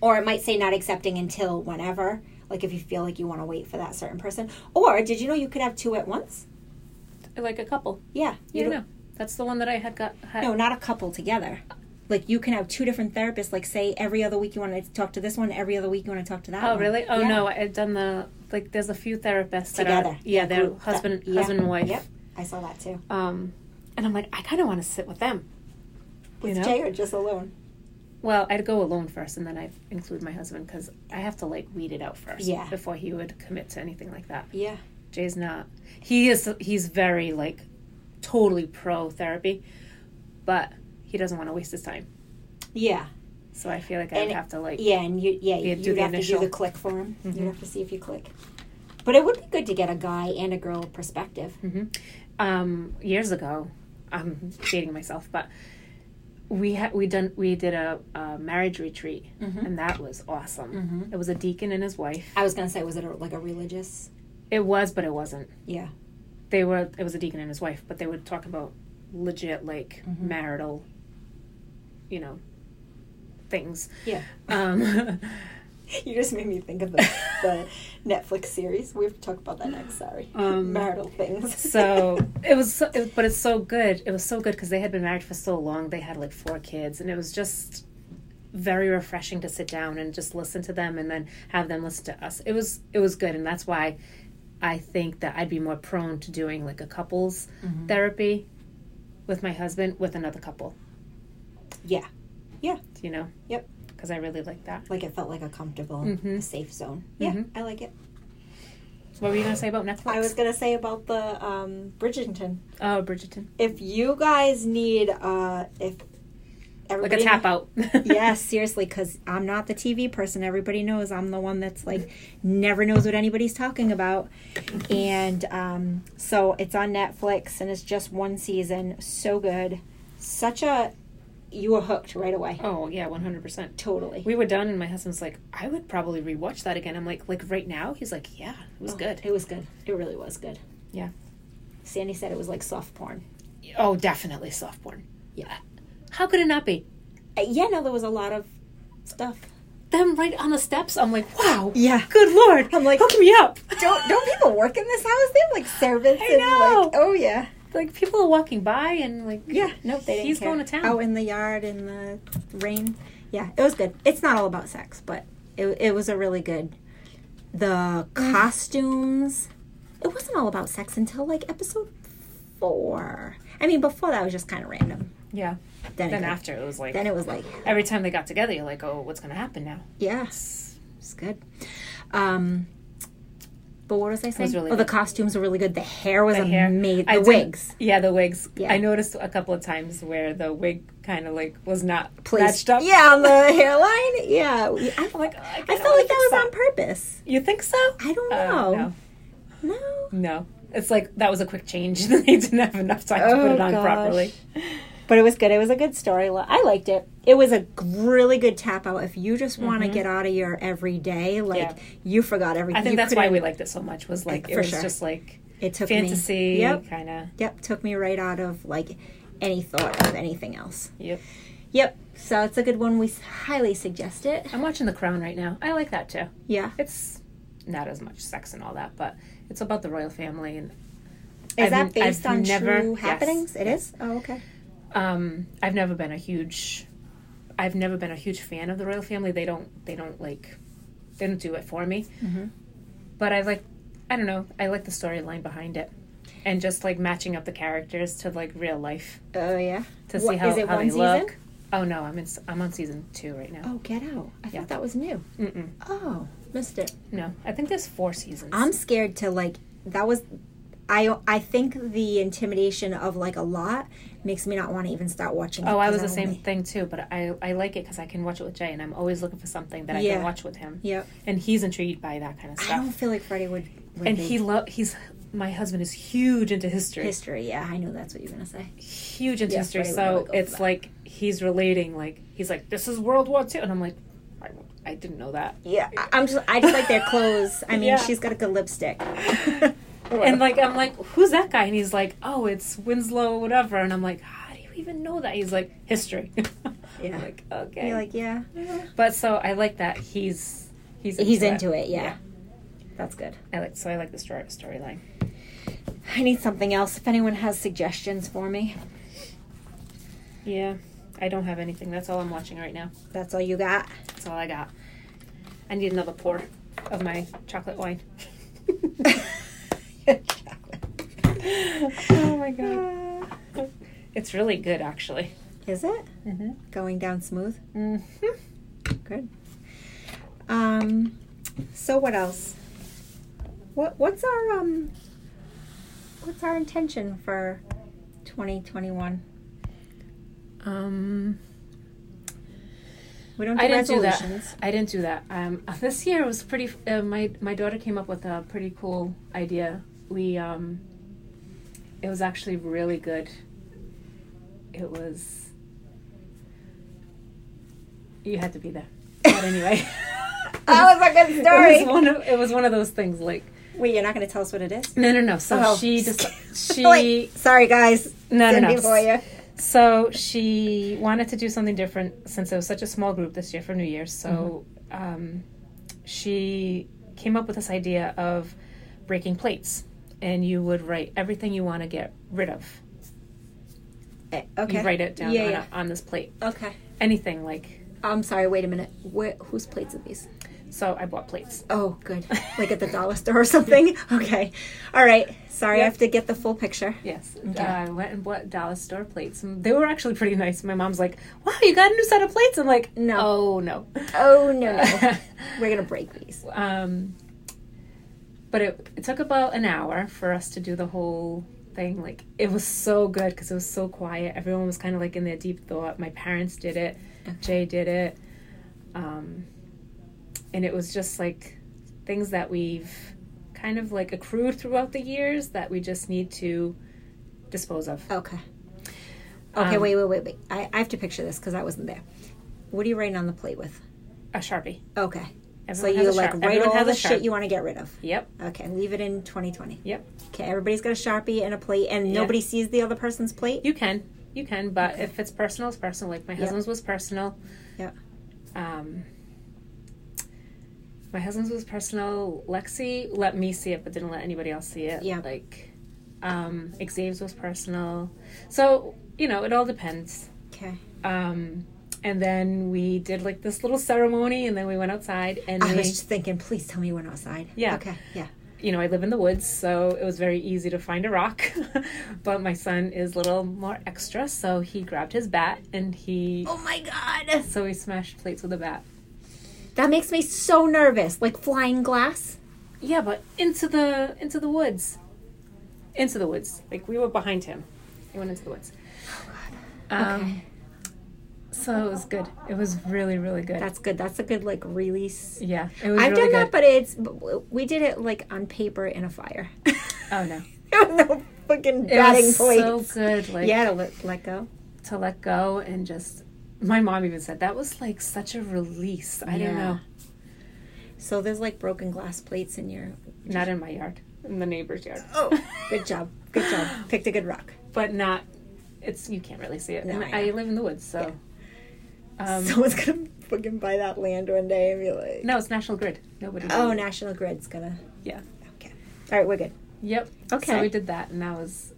Speaker 2: Or it might say not accepting until whenever, like if you feel like you want to wait for that certain person. Or did you know you could have two at once?
Speaker 1: like a couple.
Speaker 2: Yeah.
Speaker 1: Yeah,
Speaker 2: you don't-
Speaker 1: no, that's the one that I had got. Had,
Speaker 2: no, not a couple together. Like you can have two different therapists. Like say every other week you want to talk to this one, every other week you want to talk to that.
Speaker 1: Oh
Speaker 2: one.
Speaker 1: really? Oh
Speaker 2: Yeah.
Speaker 1: no, I've done the like. There's a few therapists that
Speaker 2: together.
Speaker 1: Are, yeah, they're
Speaker 2: group.
Speaker 1: husband,
Speaker 2: Yeah.
Speaker 1: husband and wife.
Speaker 2: Yep, I saw that too.
Speaker 1: Um, and I'm like, I kind of want to sit with them.
Speaker 2: With
Speaker 1: know?
Speaker 2: Jay or just alone?
Speaker 1: Well, I'd go alone first, and then I include my husband because I have to like weed it out first.
Speaker 2: Yeah.
Speaker 1: Before he would commit to anything like that.
Speaker 2: Yeah,
Speaker 1: Jay's not. He is. He's very like, totally pro therapy, but he doesn't want to waste his time.
Speaker 2: yeah,
Speaker 1: So I feel like I'd
Speaker 2: And-
Speaker 1: have to like.
Speaker 2: yeah. And you, yeah,
Speaker 1: Yeah,
Speaker 2: you'd
Speaker 1: do the
Speaker 2: have
Speaker 1: initial. Mm-hmm.
Speaker 2: to do the click for him. You'd have to see if you click. But it would be good to get a guy and a girl perspective.
Speaker 1: mm-hmm. um, years ago. I'm dating myself, but we had we done we did a, a marriage retreat, and that was awesome. It was a deacon and his wife.
Speaker 2: I was gonna say, was it a, like a religious?
Speaker 1: It was, but it wasn't.
Speaker 2: Yeah,
Speaker 1: They were. It was a deacon and his wife, but they were talking about legit like marital, you know, things.
Speaker 2: yeah.
Speaker 1: Um,
Speaker 2: You just made me think of the, the Netflix series. We have to talk about that next. Sorry,
Speaker 1: Um,
Speaker 2: marital things.
Speaker 1: so it was, so, it, but it's so good. It was so good because they had been married for so long. They had like four kids, and it was just very refreshing to sit down and just listen to them, and then have them listen to us. It was it was good, and that's why I think that I'd be more prone to doing like a couples
Speaker 2: Mm-hmm.
Speaker 1: therapy with my husband with another couple.
Speaker 2: yeah,
Speaker 1: You know.
Speaker 2: Yep.
Speaker 1: Because I really like that.
Speaker 2: like it felt like a comfortable,
Speaker 1: Mhm.
Speaker 2: safe zone. Yeah,
Speaker 1: Mhm.
Speaker 2: I like it.
Speaker 1: What were you gonna say about Netflix?
Speaker 2: I was gonna say about the um, Bridgerton.
Speaker 1: oh Bridgerton,
Speaker 2: If you guys need, uh, if
Speaker 1: like a
Speaker 2: everybody
Speaker 1: tap out.
Speaker 2: yes, seriously, because I'm not the TV person. Everybody knows I'm the one that's like never knows what anybody's talking about. And um, so it's on Netflix and it's just one season. So good. Such a. You were hooked right away.
Speaker 1: Oh yeah, one hundred percent.
Speaker 2: Totally.
Speaker 1: We were done, and my husband's like, "I would probably rewatch that again." I'm like, "Like right now?" He's like, "Yeah, it was
Speaker 2: Oh,
Speaker 1: good."
Speaker 2: It was good. It really was good.
Speaker 1: Yeah.
Speaker 2: Sandy said it was like soft porn.
Speaker 1: Oh, definitely soft porn.
Speaker 2: Yeah.
Speaker 1: How could it not be?
Speaker 2: Uh, yeah, no, there was a lot of stuff.
Speaker 1: Them right on the steps. I'm like, "Wow,
Speaker 2: Yeah.
Speaker 1: good lord!"
Speaker 2: I'm like-
Speaker 1: "Hook me up."
Speaker 2: Don't don't people work in this house? They have like servants and
Speaker 1: know.
Speaker 2: like oh yeah.
Speaker 1: like people are walking by and like
Speaker 2: Yeah, nope, they didn't
Speaker 1: He's
Speaker 2: care.
Speaker 1: going to town.
Speaker 2: Out in the yard in the rain. Yeah, it was good. It's not all about sex, but it, it was a really good. The
Speaker 1: Mm.
Speaker 2: costumes. It wasn't all about sex until like episode four. I mean, before that was just kind of random.
Speaker 1: yeah.
Speaker 2: Then,
Speaker 1: Then
Speaker 2: it,
Speaker 1: after it was like
Speaker 2: then it was like,
Speaker 1: every time they got together, you're like, "Oh, what's gonna happen now?"
Speaker 2: yeah, it's good. Um, but what was I saying?
Speaker 1: really
Speaker 2: oh, the
Speaker 1: good.
Speaker 2: costumes were really good. The hair was
Speaker 1: hair.
Speaker 2: amazing.
Speaker 1: I
Speaker 2: The
Speaker 1: did-
Speaker 2: wigs.
Speaker 1: Yeah, the wigs.
Speaker 2: Yeah.
Speaker 1: I noticed a couple of times where the wig kind of like was not
Speaker 2: Please.
Speaker 1: matched up.
Speaker 2: Yeah, on the hairline. Yeah, We- I,
Speaker 1: I'm like, oh, I,
Speaker 2: I felt like that was on purpose.
Speaker 1: You think so?
Speaker 2: I don't
Speaker 1: Uh,
Speaker 2: know.
Speaker 1: no.
Speaker 2: no.
Speaker 1: No. It's like that was a quick change. they didn't have enough time to put
Speaker 2: Oh,
Speaker 1: it on
Speaker 2: gosh.
Speaker 1: properly.
Speaker 2: But it was good. It was a good story. Li- I liked it. It was a g- really good tap out. If you just want to get out of your everyday, like
Speaker 1: Yeah.
Speaker 2: you forgot everything.
Speaker 1: I think
Speaker 2: You
Speaker 1: that's why
Speaker 2: couldn't-
Speaker 1: we liked it so much was like it
Speaker 2: For
Speaker 1: was
Speaker 2: sure.
Speaker 1: just like
Speaker 2: it took
Speaker 1: fantasy
Speaker 2: Me. Yep.
Speaker 1: kind of
Speaker 2: Yep. Took me right out of like any thought of anything else.
Speaker 1: yep.
Speaker 2: Yep. So it's a good one. We s- highly suggest it.
Speaker 1: I'm watching The Crown right now. I like that too.
Speaker 2: Yeah.
Speaker 1: It's not as much sex and all that, but it's about the royal family and
Speaker 2: Is
Speaker 1: I've-
Speaker 2: that based
Speaker 1: I've
Speaker 2: on
Speaker 1: never-
Speaker 2: true
Speaker 1: yes.
Speaker 2: happenings? It is. Oh, okay.
Speaker 1: um I've never been a huge I've never been a huge fan of the royal family. They don't they don't like they don't do it for me.
Speaker 2: Mm-hmm.
Speaker 1: But I like I don't know, I like the storyline behind it. And just like matching up the characters to like real life.
Speaker 2: Oh yeah.
Speaker 1: to
Speaker 2: What-
Speaker 1: see how,
Speaker 2: is it
Speaker 1: how
Speaker 2: one
Speaker 1: they
Speaker 2: season?
Speaker 1: look. Oh no, I'm in, s- I'm on season two right now.
Speaker 2: Oh, get out! I
Speaker 1: Yeah.
Speaker 2: thought that was new.
Speaker 1: Mm-mm.
Speaker 2: Oh, missed it.
Speaker 1: No, I think there's four seasons.
Speaker 2: I'm scared to like that was I I think the intimidation of like a lot makes me not want to even start watching. it
Speaker 1: oh, I was
Speaker 2: 'cause
Speaker 1: the same
Speaker 2: only-
Speaker 1: thing too, but I I like it because I can watch it with Jay, and I'm always looking for something that I
Speaker 2: Yeah.
Speaker 1: can watch with him,
Speaker 2: Yep.
Speaker 1: and he's intrigued by that kind of
Speaker 2: I don't
Speaker 1: stuff.
Speaker 2: feel like Freddie would. would
Speaker 1: And
Speaker 2: be-
Speaker 1: he lo- he's my husband is huge into history.
Speaker 2: History, yeah, I knew that's what you were gonna say.
Speaker 1: Huge into
Speaker 2: Yeah,
Speaker 1: history.
Speaker 2: right, we're gonna
Speaker 1: So
Speaker 2: go for
Speaker 1: it's
Speaker 2: that.
Speaker 1: like he's relating like he's like this is World War II and I'm like I, I didn't know that.
Speaker 2: Yeah, I- I'm just I just like their clothes. I mean,
Speaker 1: Yeah.
Speaker 2: she's got a good lipstick. Oh,
Speaker 1: And like I'm like who's that guy and he's like oh it's Winslow whatever and I'm like how do you even know that? He's like history.
Speaker 2: Yeah.
Speaker 1: I'm like okay.
Speaker 2: you're like, yeah,
Speaker 1: but so I like that he's he's
Speaker 2: he's into it. Yeah.
Speaker 1: Yeah.
Speaker 2: that's good.
Speaker 1: I like so I like the story storyline.
Speaker 2: I need something else. If anyone has suggestions for me,
Speaker 1: Yeah. I don't have anything. That's all I'm watching right now.
Speaker 2: that's all you got.
Speaker 1: That's all I got. I need another pour of my chocolate wine. oh my god. It's really good actually.
Speaker 2: Is it
Speaker 1: Mm-hmm.
Speaker 2: going down smooth?
Speaker 1: Mm-hmm.
Speaker 2: Good. Um, so what else? What what's our um what's our intention for 2021?
Speaker 1: Um
Speaker 2: We don't do
Speaker 1: I didn't do that.
Speaker 2: resolutions.
Speaker 1: I didn't do that. Um, this year was pretty. Uh, my my daughter came up with a pretty cool idea. We um, it was actually really good. It was. You had to be there, but anyway.
Speaker 2: That was a good story.
Speaker 1: It was one of it was one of those things like
Speaker 2: Wait, you're not going to tell us what it is?
Speaker 1: no no no. So
Speaker 2: Oh.
Speaker 1: she just she
Speaker 2: Like, sorry guys.
Speaker 1: No, no,
Speaker 2: Cindy
Speaker 1: no.
Speaker 2: for you.
Speaker 1: So she wanted to do something different since it was such a small group this year for New Year's. So
Speaker 2: Mm-hmm.
Speaker 1: um, she came up with this idea of breaking plates, and you would write everything you want to get rid of.
Speaker 2: Eh, Okay.
Speaker 1: You write it down
Speaker 2: Yeah,
Speaker 1: on,
Speaker 2: yeah.
Speaker 1: A, on this plate.
Speaker 2: Okay.
Speaker 1: Anything like
Speaker 2: I'm sorry. Wait a minute. Where, whose plates are these?
Speaker 1: so. I bought plates.
Speaker 2: Oh, good. Like at the dollar store or something. Okay. All right. Sorry, I
Speaker 1: Yeah.
Speaker 2: have to get the full picture.
Speaker 1: Yes,
Speaker 2: Okay.
Speaker 1: uh, I went and bought dollar store plates. And they were actually pretty nice. My mom's like, "Wow, you got a new set of plates." I'm like,
Speaker 2: No.
Speaker 1: "Oh no."
Speaker 2: Oh no, no. we're gonna break these.
Speaker 1: um, but it, it took about an hour for us to do the whole thing like it was so good because it was so quiet everyone was kind of like in their deep thought my parents did it jay did it um, and it was just like things that we've kind of like accrued throughout the years that we just need to dispose of
Speaker 2: Okay. Okay.
Speaker 1: Um,
Speaker 2: wait, wait, wait, wait. I, I have to picture this because I wasn't there. What are you writing on the plate with?
Speaker 1: a sharpie
Speaker 2: Okay.
Speaker 1: Everyone
Speaker 2: so
Speaker 1: has
Speaker 2: you
Speaker 1: a
Speaker 2: like
Speaker 1: Sharp-
Speaker 2: write
Speaker 1: everyone
Speaker 2: all
Speaker 1: has a
Speaker 2: the shit
Speaker 1: Sharp.
Speaker 2: you want to get rid of.
Speaker 1: yep
Speaker 2: Okay, leave it in 2020.
Speaker 1: yep
Speaker 2: Okay, everybody's got a sharpie and a plate, and
Speaker 1: Yeah.
Speaker 2: nobody sees the other person's plate.
Speaker 1: you can you can but if it's personal it's personal like my husband's was personal
Speaker 2: Yeah.
Speaker 1: um, my husband's was personal. Lexi let me see it, but didn't let anybody else see it.
Speaker 2: Yeah.
Speaker 1: Like, um, Xavier's was personal. So, you know, it all depends.
Speaker 2: Okay.
Speaker 1: Um, and then we did like this little ceremony and then we went outside and
Speaker 2: I
Speaker 1: we,
Speaker 2: was just thinking, please tell me you went outside.
Speaker 1: Yeah.
Speaker 2: Okay. Yeah.
Speaker 1: you know, I live in the woods, so it was very easy to find a rock. but my son is a little more extra, so he grabbed his bat and he,
Speaker 2: Oh my god,
Speaker 1: so he smashed plates with a bat.
Speaker 2: that makes me so nervous. Like flying glass.
Speaker 1: Yeah, but into the into the woods. Into the woods. Like we were behind him. He went into the woods. Um
Speaker 2: Oh, Okay.
Speaker 1: so it was good. It was really, really good.
Speaker 2: That's good. That's a good like release.
Speaker 1: yeah. It was
Speaker 2: I've
Speaker 1: really
Speaker 2: done that,
Speaker 1: good.
Speaker 2: but it's we did it like on paper in a fire.
Speaker 1: oh no.
Speaker 2: There was no fucking
Speaker 1: It
Speaker 2: batting
Speaker 1: was
Speaker 2: point.
Speaker 1: so good, like
Speaker 2: yeah, to let, let go.
Speaker 1: to let go and just my mom even said that was like such a release. I
Speaker 2: Yeah.
Speaker 1: don't know.
Speaker 2: So there's like broken glass plates in your.
Speaker 1: Not in my yard. In the neighbor's yard.
Speaker 2: Oh, good job, good job. Picked a good rock.
Speaker 1: But not it's you can't really see it.
Speaker 2: No,
Speaker 1: and
Speaker 2: I
Speaker 1: I,
Speaker 2: know.
Speaker 1: live in the woods, so um
Speaker 2: Someone's gonna fucking buy that land one day and be like,
Speaker 1: no, it's National Grid. Nobody.
Speaker 2: "Oh, National Grid's gonna."
Speaker 1: Yeah.
Speaker 2: Okay. All right, we're good.
Speaker 1: Yep.
Speaker 2: Okay.
Speaker 1: So we did that, and that was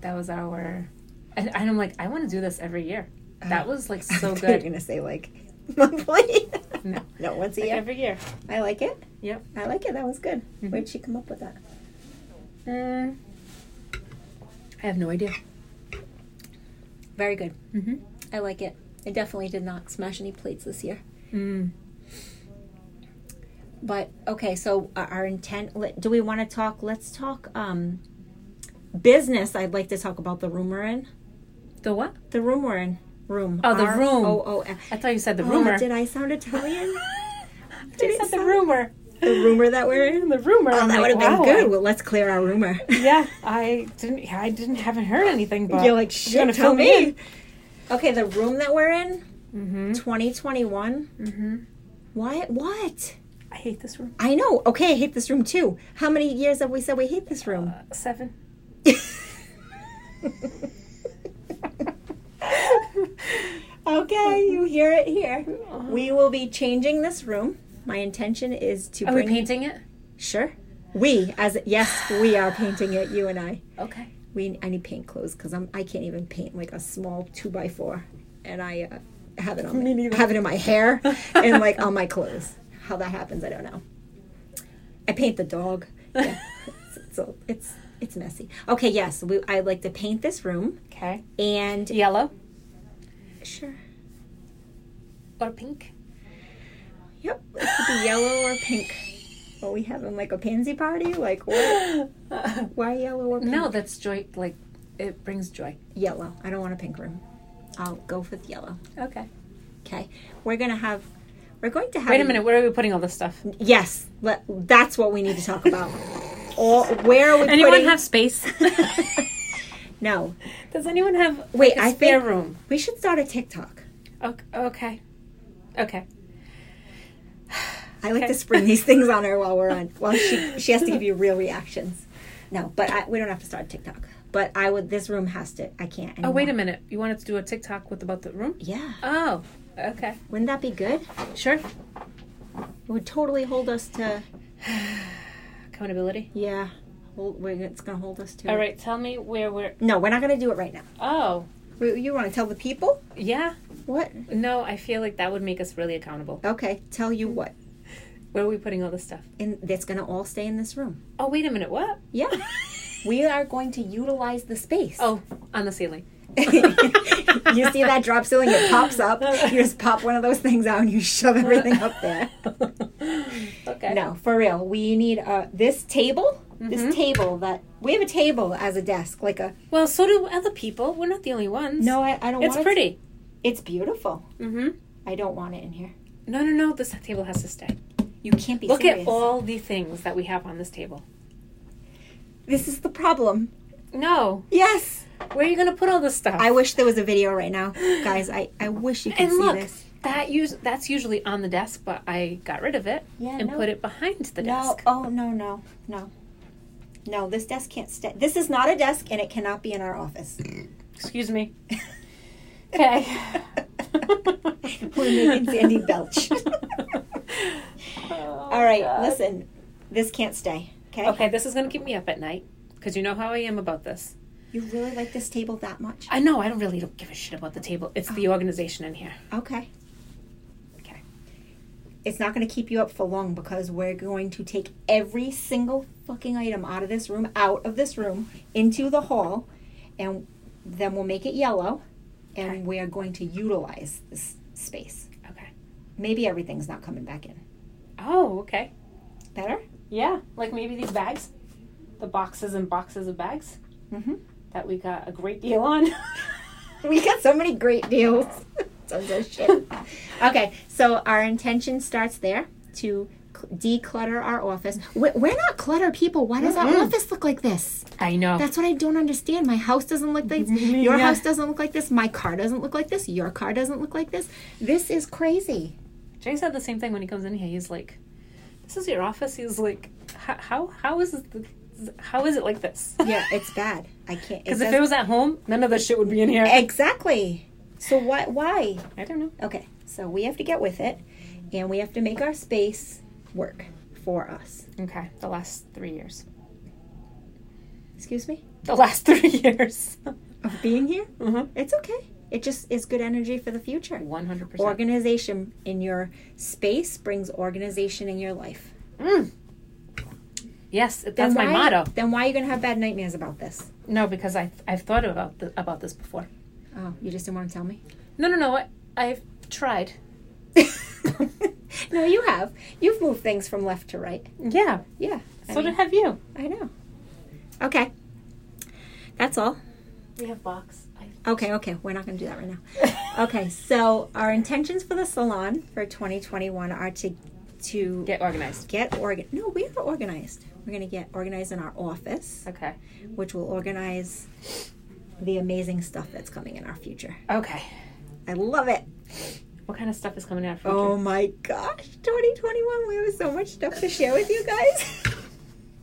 Speaker 1: that was our. And, and I'm like, I want to do this every year.
Speaker 2: Oh.
Speaker 1: That was like so
Speaker 2: You're
Speaker 1: good.
Speaker 2: gonna say like monthly?
Speaker 1: No.
Speaker 2: no, once a
Speaker 1: Like,
Speaker 2: year.
Speaker 1: every year.
Speaker 2: I like it.
Speaker 1: Yep.
Speaker 2: I like it. That was good.
Speaker 1: Mhm.
Speaker 2: Where'd she come up with that?
Speaker 1: Mm. I have no idea.
Speaker 2: Very good.
Speaker 1: Mm-hmm.
Speaker 2: I like it. I definitely did not smash any plates this year.
Speaker 1: Mm.
Speaker 2: But okay, so uh, our intent. let- Do we want to talk? Let's talk um, business. I'd like to talk about the room we're in.
Speaker 1: The what?
Speaker 2: The room we're in. Room.
Speaker 1: Oh, the room.
Speaker 2: Oh, oh.
Speaker 1: I thought you said the
Speaker 2: Oh,
Speaker 1: rumor.
Speaker 2: did I sound Italian?
Speaker 1: I
Speaker 2: did
Speaker 1: thought
Speaker 2: it
Speaker 1: you said the
Speaker 2: sound-
Speaker 1: rumor.
Speaker 2: the rumor that we're in.
Speaker 1: the rumor.
Speaker 2: Oh,
Speaker 1: I'm
Speaker 2: that
Speaker 1: like,
Speaker 2: would have been
Speaker 1: Um, wow,
Speaker 2: good. Well, let's clear our rumor.
Speaker 1: I- yeah, I didn't. I didn't. Haven't heard anything. But
Speaker 2: You're like, shit,
Speaker 1: gonna
Speaker 2: tell
Speaker 1: fill
Speaker 2: me.
Speaker 1: me in.
Speaker 2: Okay, the room that we're in,
Speaker 1: Mm-hmm.
Speaker 2: 2021.
Speaker 1: Mm-hmm.
Speaker 2: What? What?
Speaker 1: I hate this room.
Speaker 2: I know. Okay, I hate this room too. How many years have we said we hate this room?
Speaker 1: Uh, seven. Uh,
Speaker 2: okay, you hear it here. We will be changing this room. My intention is to
Speaker 1: Are we
Speaker 2: bring
Speaker 1: painting it?
Speaker 2: Sure. We as yes, we are painting it. You and I.
Speaker 1: Okay.
Speaker 2: We I need paint clothes because I'm I can't even paint like a small two by four, and I uh, have it on
Speaker 1: Me
Speaker 2: my,
Speaker 1: neither.
Speaker 2: have it in my hair and like on my clothes. How that happens, I don't know. I paint the dog. Yeah. so it's it's messy. Okay, yes, we, I like to paint this room
Speaker 1: Okay.
Speaker 2: and
Speaker 1: Yellow
Speaker 2: sure.
Speaker 1: or pink?
Speaker 2: Yep, it could be yellow or pink. Are we having like a pansy party? Like what? Why yellow or pink?
Speaker 1: no, that's joy. Like it brings joy.
Speaker 2: yellow. I don't want a pink room. I'll go with yellow.
Speaker 1: Okay.
Speaker 2: Okay, we're gonna have. We're going to have.
Speaker 1: Wait a minute. Where are we putting all this stuff?
Speaker 2: Yes, let, that's what we need to talk about. Or where are we
Speaker 1: Anyone
Speaker 2: putting?
Speaker 1: have space?
Speaker 2: no,
Speaker 1: Does anyone have
Speaker 2: Wait,
Speaker 1: Like, a
Speaker 2: I
Speaker 1: spare
Speaker 2: think-
Speaker 1: room.
Speaker 2: we should start a TikTok.
Speaker 1: Okay. Okay. okay.
Speaker 2: I like
Speaker 1: Okay.
Speaker 2: to spring these things on her while we're on. While she she has to give you real reactions. No, but I, we don't have to start a TikTok. But I would. This room has to. I can't.
Speaker 1: Oh
Speaker 2: Anymore.
Speaker 1: wait a minute. You wanted to do a TikTok with about the room?
Speaker 2: Yeah,
Speaker 1: Oh. Okay.
Speaker 2: wouldn't that be good?
Speaker 1: Sure.
Speaker 2: It would totally hold us to.
Speaker 1: Accountability.
Speaker 2: Yeah, hold, we're, it's gonna hold us to.
Speaker 1: All right. Tell me where we're.
Speaker 2: No, we're not gonna do it right now.
Speaker 1: Oh.
Speaker 2: We- You want to tell the people
Speaker 1: Yeah.
Speaker 2: what?
Speaker 1: No, I feel like that would make us really accountable.
Speaker 2: Okay, tell you what.
Speaker 1: Where are we putting all this stuff?
Speaker 2: And that's going to all stay in this room.
Speaker 1: Oh, wait a minute. What?
Speaker 2: Yeah. we are going to utilize the space.
Speaker 1: Oh, on the ceiling.
Speaker 2: you see that drop ceiling? It pops up. You just pop one of those things out and you shove everything up there.
Speaker 1: okay.
Speaker 2: No, for real. We need uh, this table. This
Speaker 1: Mhm.
Speaker 2: table that we have a table as a desk, like a
Speaker 1: Well, so do other people. We're not the only ones.
Speaker 2: no, I, I don't
Speaker 1: It's
Speaker 2: want it.
Speaker 1: pretty.
Speaker 2: It's beautiful.
Speaker 1: Mm-hmm.
Speaker 2: I don't want it in here.
Speaker 1: No, no, no. This table has to stay.
Speaker 2: You can't be
Speaker 1: Look
Speaker 2: serious.
Speaker 1: at all the things that we have on this table.
Speaker 2: This is the problem.
Speaker 1: No.
Speaker 2: Yes.
Speaker 1: Where are you going to put all this stuff?
Speaker 2: I wish there was a video right now, guys. I, I wish you could
Speaker 1: and
Speaker 2: see
Speaker 1: look,
Speaker 2: this.
Speaker 1: that us- that's usually on the desk, but I got rid of it
Speaker 2: Yeah,
Speaker 1: and
Speaker 2: no.
Speaker 1: put it behind the
Speaker 2: No,
Speaker 1: desk.
Speaker 2: oh no, no, no. No, this desk can't stay. This is not a desk and it cannot be in our office.
Speaker 1: Excuse me. Okay.
Speaker 2: We're making Sandy belch. All right,
Speaker 1: listen.
Speaker 2: listen. This can't stay. Okay?
Speaker 1: Oh, Okay, this is going to keep me up at night because you know how I am about this.
Speaker 2: You really like this table that much?
Speaker 1: I know I don't really don't give a shit about the table. It's the organization in here.
Speaker 2: Okay.
Speaker 1: Okay.
Speaker 2: It's not going to keep you up for long because we're going to take every single fucking item out of this room, out of this room, into the hall, and then we'll make it yellow, and
Speaker 1: Okay.
Speaker 2: we are going to utilize this space.
Speaker 1: Okay.
Speaker 2: Maybe everything's not coming back in.
Speaker 1: Oh, okay.
Speaker 2: Better?
Speaker 1: Yeah, like maybe these bags, the boxes and boxes of bags
Speaker 2: Mm-hmm.
Speaker 1: that we got a great deal on.
Speaker 2: We got so many great deals. Tons of shit. Okay, so our intention starts there to cl- declutter our office. We- We're not clutter people. Why does our office look like this?
Speaker 1: I know.
Speaker 2: That's what I don't understand. My house doesn't look like this. Your house doesn't look like this. My car doesn't look like this. Your car doesn't look like this. This is crazy.
Speaker 1: Jay said the same thing when he comes in here. He's like, "This is your office." He's like, "How how, how is it th- how is it like this?"
Speaker 2: Yeah, it's bad. I can't.
Speaker 1: Because if it was at home, none of this shit would be in here.
Speaker 2: exactly. So why? Why?
Speaker 1: I don't know.
Speaker 2: Okay, so we have to get with it, and we have to make our space work for us.
Speaker 1: Okay, the last three years.
Speaker 2: Excuse me.
Speaker 1: The last three years.
Speaker 2: Of being here,
Speaker 1: One
Speaker 2: it's okay. It just is good energy for the future.
Speaker 1: hundred percent.
Speaker 2: Organization in your space brings organization in your life.
Speaker 1: Mm. Yes,
Speaker 2: Then
Speaker 1: that's my
Speaker 2: why-
Speaker 1: motto.
Speaker 2: Then why are you gonna have bad nightmares about this?
Speaker 1: No, because I I've thought about th- about this before.
Speaker 2: Oh, you just didn't want to tell me.
Speaker 1: No, no, no. I, I've tried.
Speaker 2: no, you have. You've moved things from left to right.
Speaker 1: Yeah.
Speaker 2: Yeah. I,
Speaker 1: so
Speaker 2: mean,
Speaker 1: have you.
Speaker 2: I know. Okay. That's all.
Speaker 1: We have box.
Speaker 2: Okay, okay. We're not going to do that right now.
Speaker 1: I...
Speaker 2: Okay, so our intentions for the salon for 2021 are to to
Speaker 1: Get organized.
Speaker 2: get organ. No, we are organized. We're gonna get organized in our office,
Speaker 1: Okay.
Speaker 2: which will organize the amazing stuff that's coming in our future.
Speaker 1: Okay.
Speaker 2: I love it.
Speaker 1: What kind of stuff is coming out? Future?
Speaker 2: Oh my gosh, 2021. We have so much stuff to share with you guys.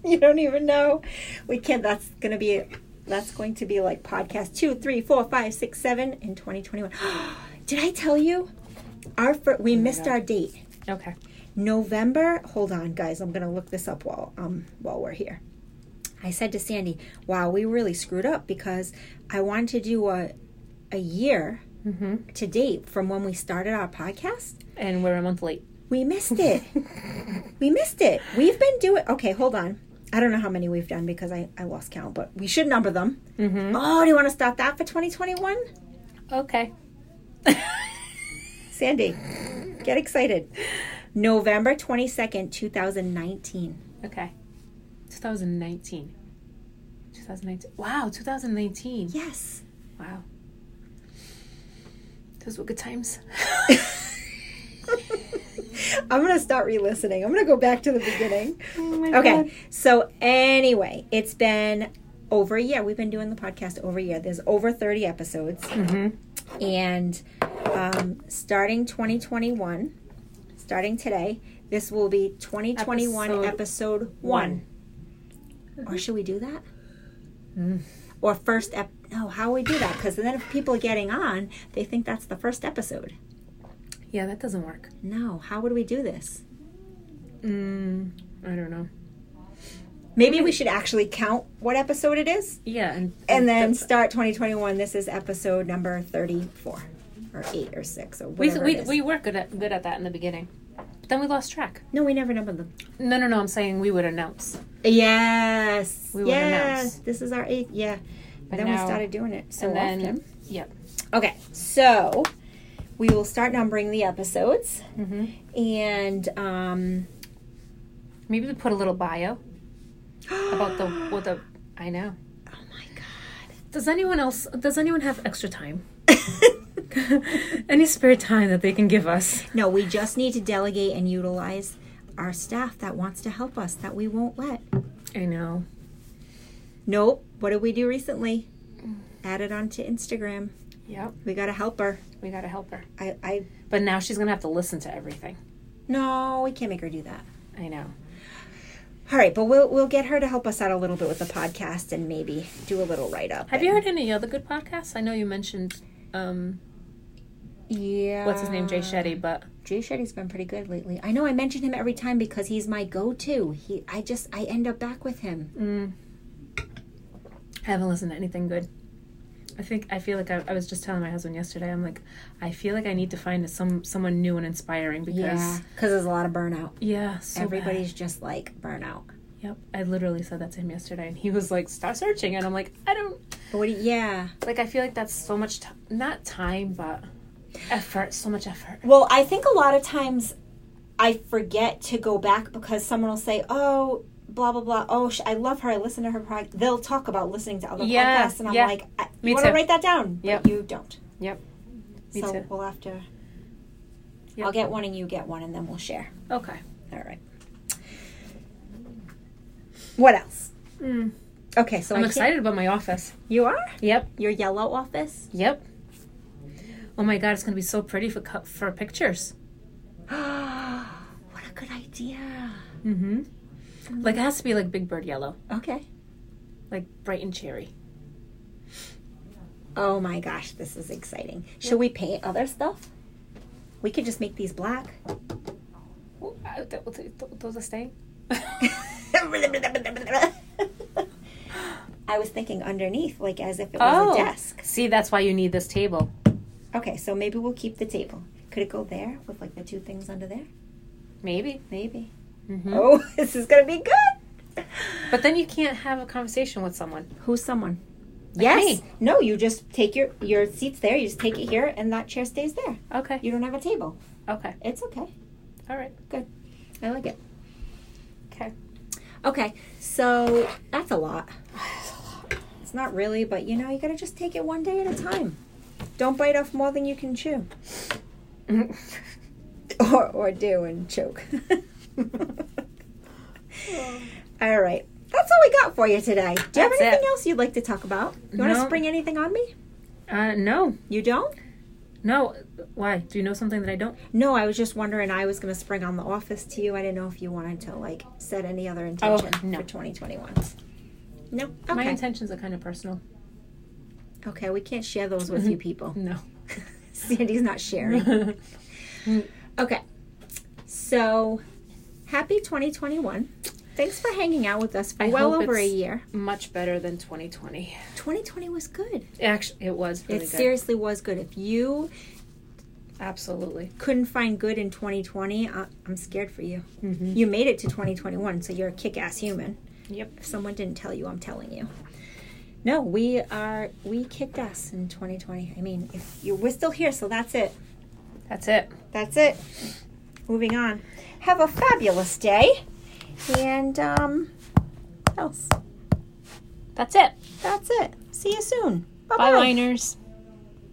Speaker 2: you don't even know. We can't. That's gonna be. That's going to be like podcast two, three, four, five, six, seven in 2021. Did I tell you? Our fir- we missed
Speaker 1: God.
Speaker 2: our date.
Speaker 1: Okay.
Speaker 2: November. Hold on, guys. I'm gonna look this up while um while we're here. I said to Sandy, "Wow, we really screwed up because I wanted to do a a year
Speaker 1: Mm-hmm.
Speaker 2: to date from when we started our podcast.
Speaker 1: And we're a month late.
Speaker 2: We missed it. we missed it. We've been doing. Okay, hold on. I don't know how many we've done because I I lost count, but we should number them.
Speaker 1: Mm-hmm.
Speaker 2: Oh, do you want to start that for 2021?
Speaker 1: Okay.
Speaker 2: Sandy, get excited. November 22nd, 2019.
Speaker 1: Okay. 2019. 2019. Wow, 2019.
Speaker 2: Yes.
Speaker 1: Wow. Those were good times.
Speaker 2: I'm gonna start re-listening. I'm gonna go back to the beginning.
Speaker 1: Oh my
Speaker 2: Okay.
Speaker 1: God.
Speaker 2: So anyway, it's been over a year. We've been doing the podcast over a year. There's over 30 episodes,
Speaker 1: Mhm.
Speaker 2: and um, starting 2021, starting today, this will be 2021 episode,
Speaker 1: Episode
Speaker 2: one. Or should we do that? Or first ep? No, how we do that? Because then if people are getting on, they think that's the first episode.
Speaker 1: Yeah, that doesn't work.
Speaker 2: No, how would we do this?
Speaker 1: Mm, I don't know.
Speaker 2: Maybe we should actually count what episode it is
Speaker 1: Yeah, and
Speaker 2: and then
Speaker 1: that's-
Speaker 2: start 2021. This is episode number 34 or 8 or 6 or
Speaker 1: we
Speaker 2: whatever. it
Speaker 1: we,
Speaker 2: is.
Speaker 1: we were good at good at that in the beginning, but then we lost track.
Speaker 2: no, we never numbered them.
Speaker 1: No, no, no. I'm saying we would announce.
Speaker 2: Yes.
Speaker 1: We would
Speaker 2: yes.
Speaker 1: announce.
Speaker 2: This is our 8th. Yeah.
Speaker 1: But
Speaker 2: then we
Speaker 1: now-
Speaker 2: started doing it so
Speaker 1: and then,
Speaker 2: often.
Speaker 1: yep.
Speaker 2: Okay. So we will start numbering the episodes
Speaker 1: hmm
Speaker 2: and um
Speaker 1: Maybe we put a little bio about the what the. I know.
Speaker 2: Oh my
Speaker 1: Does anyone else? Does anyone have extra time?
Speaker 2: god.
Speaker 1: Any spare time that they can give us?
Speaker 2: No, we just need to delegate and utilize our staff that wants to help us that we won't let.
Speaker 1: I know.
Speaker 2: Nope. What did we do recently?
Speaker 1: Mm.
Speaker 2: Added onto Instagram.
Speaker 1: Yep.
Speaker 2: We got a helper.
Speaker 1: We gotta help her.
Speaker 2: I, I
Speaker 1: But now she's gonna have to listen to everything.
Speaker 2: no, we can't make her do that.
Speaker 1: I know.
Speaker 2: All right, but we'll we'll get her to help us out a little bit with the podcast and maybe do a little write up.
Speaker 1: Have you heard any other good podcasts? I know you mentioned um,
Speaker 2: Yeah.
Speaker 1: what's his name, Jay Shetty, but
Speaker 2: Jay Shetty's been pretty good lately. I know I mention him every time because he's my go to. He I just I end up back with him.
Speaker 1: mm, I haven't listened to anything good. I think I feel like I, I was just telling my husband yesterday. I'm like, I feel like I need to find some someone new and inspiring because yeah,
Speaker 2: because there's a lot of burnout.
Speaker 1: so bad.
Speaker 2: Everybody's just like burnout.
Speaker 1: Yep, I literally said that to him yesterday, and he was like, "Stop searching," and I'm like, "I don't
Speaker 2: But what do you, yeah.
Speaker 1: like. I feel like that's so much t- not time, but effort, so much effort."
Speaker 2: Well, I think a lot of times I forget to go back because someone will say, "Oh, blah blah blah. Oh, sh- I love her. I listen to her podcast." They'll talk about listening to other
Speaker 1: Yeah,
Speaker 2: podcasts, and I'm
Speaker 1: yeah.
Speaker 2: like, I,
Speaker 1: Me
Speaker 2: "You want to
Speaker 1: too.
Speaker 2: write that down?" But
Speaker 1: Yep.
Speaker 2: you don't.
Speaker 1: Yep. Me
Speaker 2: so
Speaker 1: too.
Speaker 2: we'll have to.
Speaker 1: Yep.
Speaker 2: I'll get one, and you get one, and then we'll share.
Speaker 1: Okay.
Speaker 2: All right. What else?
Speaker 1: Mm.
Speaker 2: Okay, so
Speaker 1: I'm
Speaker 2: I can't-
Speaker 1: excited about my office.
Speaker 2: You are
Speaker 1: Yep.
Speaker 2: your yellow office.
Speaker 1: Yep. Oh my god, it's gonna be so pretty for cu- for pictures.
Speaker 2: what a good idea.
Speaker 1: Mm-hmm. Like it has to be like Big Bird yellow,
Speaker 2: Okay.
Speaker 1: like bright and cherry.
Speaker 2: Oh my gosh, this is exciting. Should we paint other stuff? We could just make these black.
Speaker 1: Oh, uh, th- th- th- Those are staying.
Speaker 2: I was thinking underneath, like as if it was
Speaker 1: Oh,
Speaker 2: a desk.
Speaker 1: See, that's why you need this table.
Speaker 2: Okay, so maybe we'll keep the table. Could it go there with like the two things under there?
Speaker 1: Maybe.
Speaker 2: Maybe.
Speaker 1: Mm-hmm.
Speaker 2: Oh, this is gonna be good.
Speaker 1: But then you can't have a conversation with someone.
Speaker 2: Who's someone?
Speaker 1: me.
Speaker 2: Yes. No, you just take your your seats there. You just take it here, and that chair stays there.
Speaker 1: Okay.
Speaker 2: You don't have a table.
Speaker 1: Okay.
Speaker 2: It's okay.
Speaker 1: All right.
Speaker 2: I like it.
Speaker 1: Okay.
Speaker 2: Okay, so that's a lot. It's not really, but you know, you gotta just take it one day at a time. Don't bite off more than you can chew. or, or do and choke. all right. That's all we got for you today. Do you have
Speaker 1: That's
Speaker 2: anything
Speaker 1: it.
Speaker 2: else you'd like to talk about? You want to
Speaker 1: No.
Speaker 2: spring anything on me?
Speaker 1: Uh, no,
Speaker 2: You don't?
Speaker 1: no. Why? Do you know something that I don't?
Speaker 2: No, I was just wondering. I was going to spring on the office to you. I didn't know if you wanted to like set any other intention
Speaker 1: Oh, no.
Speaker 2: for 2021. No. Okay.
Speaker 1: My intentions are kind of personal.
Speaker 2: okay, we can't share those
Speaker 1: Mm-hmm.
Speaker 2: with you people.
Speaker 1: No.
Speaker 2: Sandy's not sharing. okay. So, happy 2021. Thanks for hanging out with us for
Speaker 1: I
Speaker 2: well
Speaker 1: hope
Speaker 2: over a
Speaker 1: it's-
Speaker 2: year.
Speaker 1: Much better than 2020.
Speaker 2: 2020 was good.
Speaker 1: Actually, it was really
Speaker 2: it
Speaker 1: good.
Speaker 2: seriously was good. If you
Speaker 1: Absolutely.
Speaker 2: couldn't find good in 2020, I- I'm scared for you. You made it to 2021, so you're a kick ass human.
Speaker 1: Yep.
Speaker 2: If someone didn't tell you, I'm telling you. No, we are, we kicked ass in 2020. I mean, if you, we're still here, so that's it.
Speaker 1: That's it.
Speaker 2: That's it. Moving on. Have a fabulous day. And, um, what else?
Speaker 1: That's it.
Speaker 2: That's it. See you soon.
Speaker 1: Bye,
Speaker 2: Bye-bye.
Speaker 1: liners.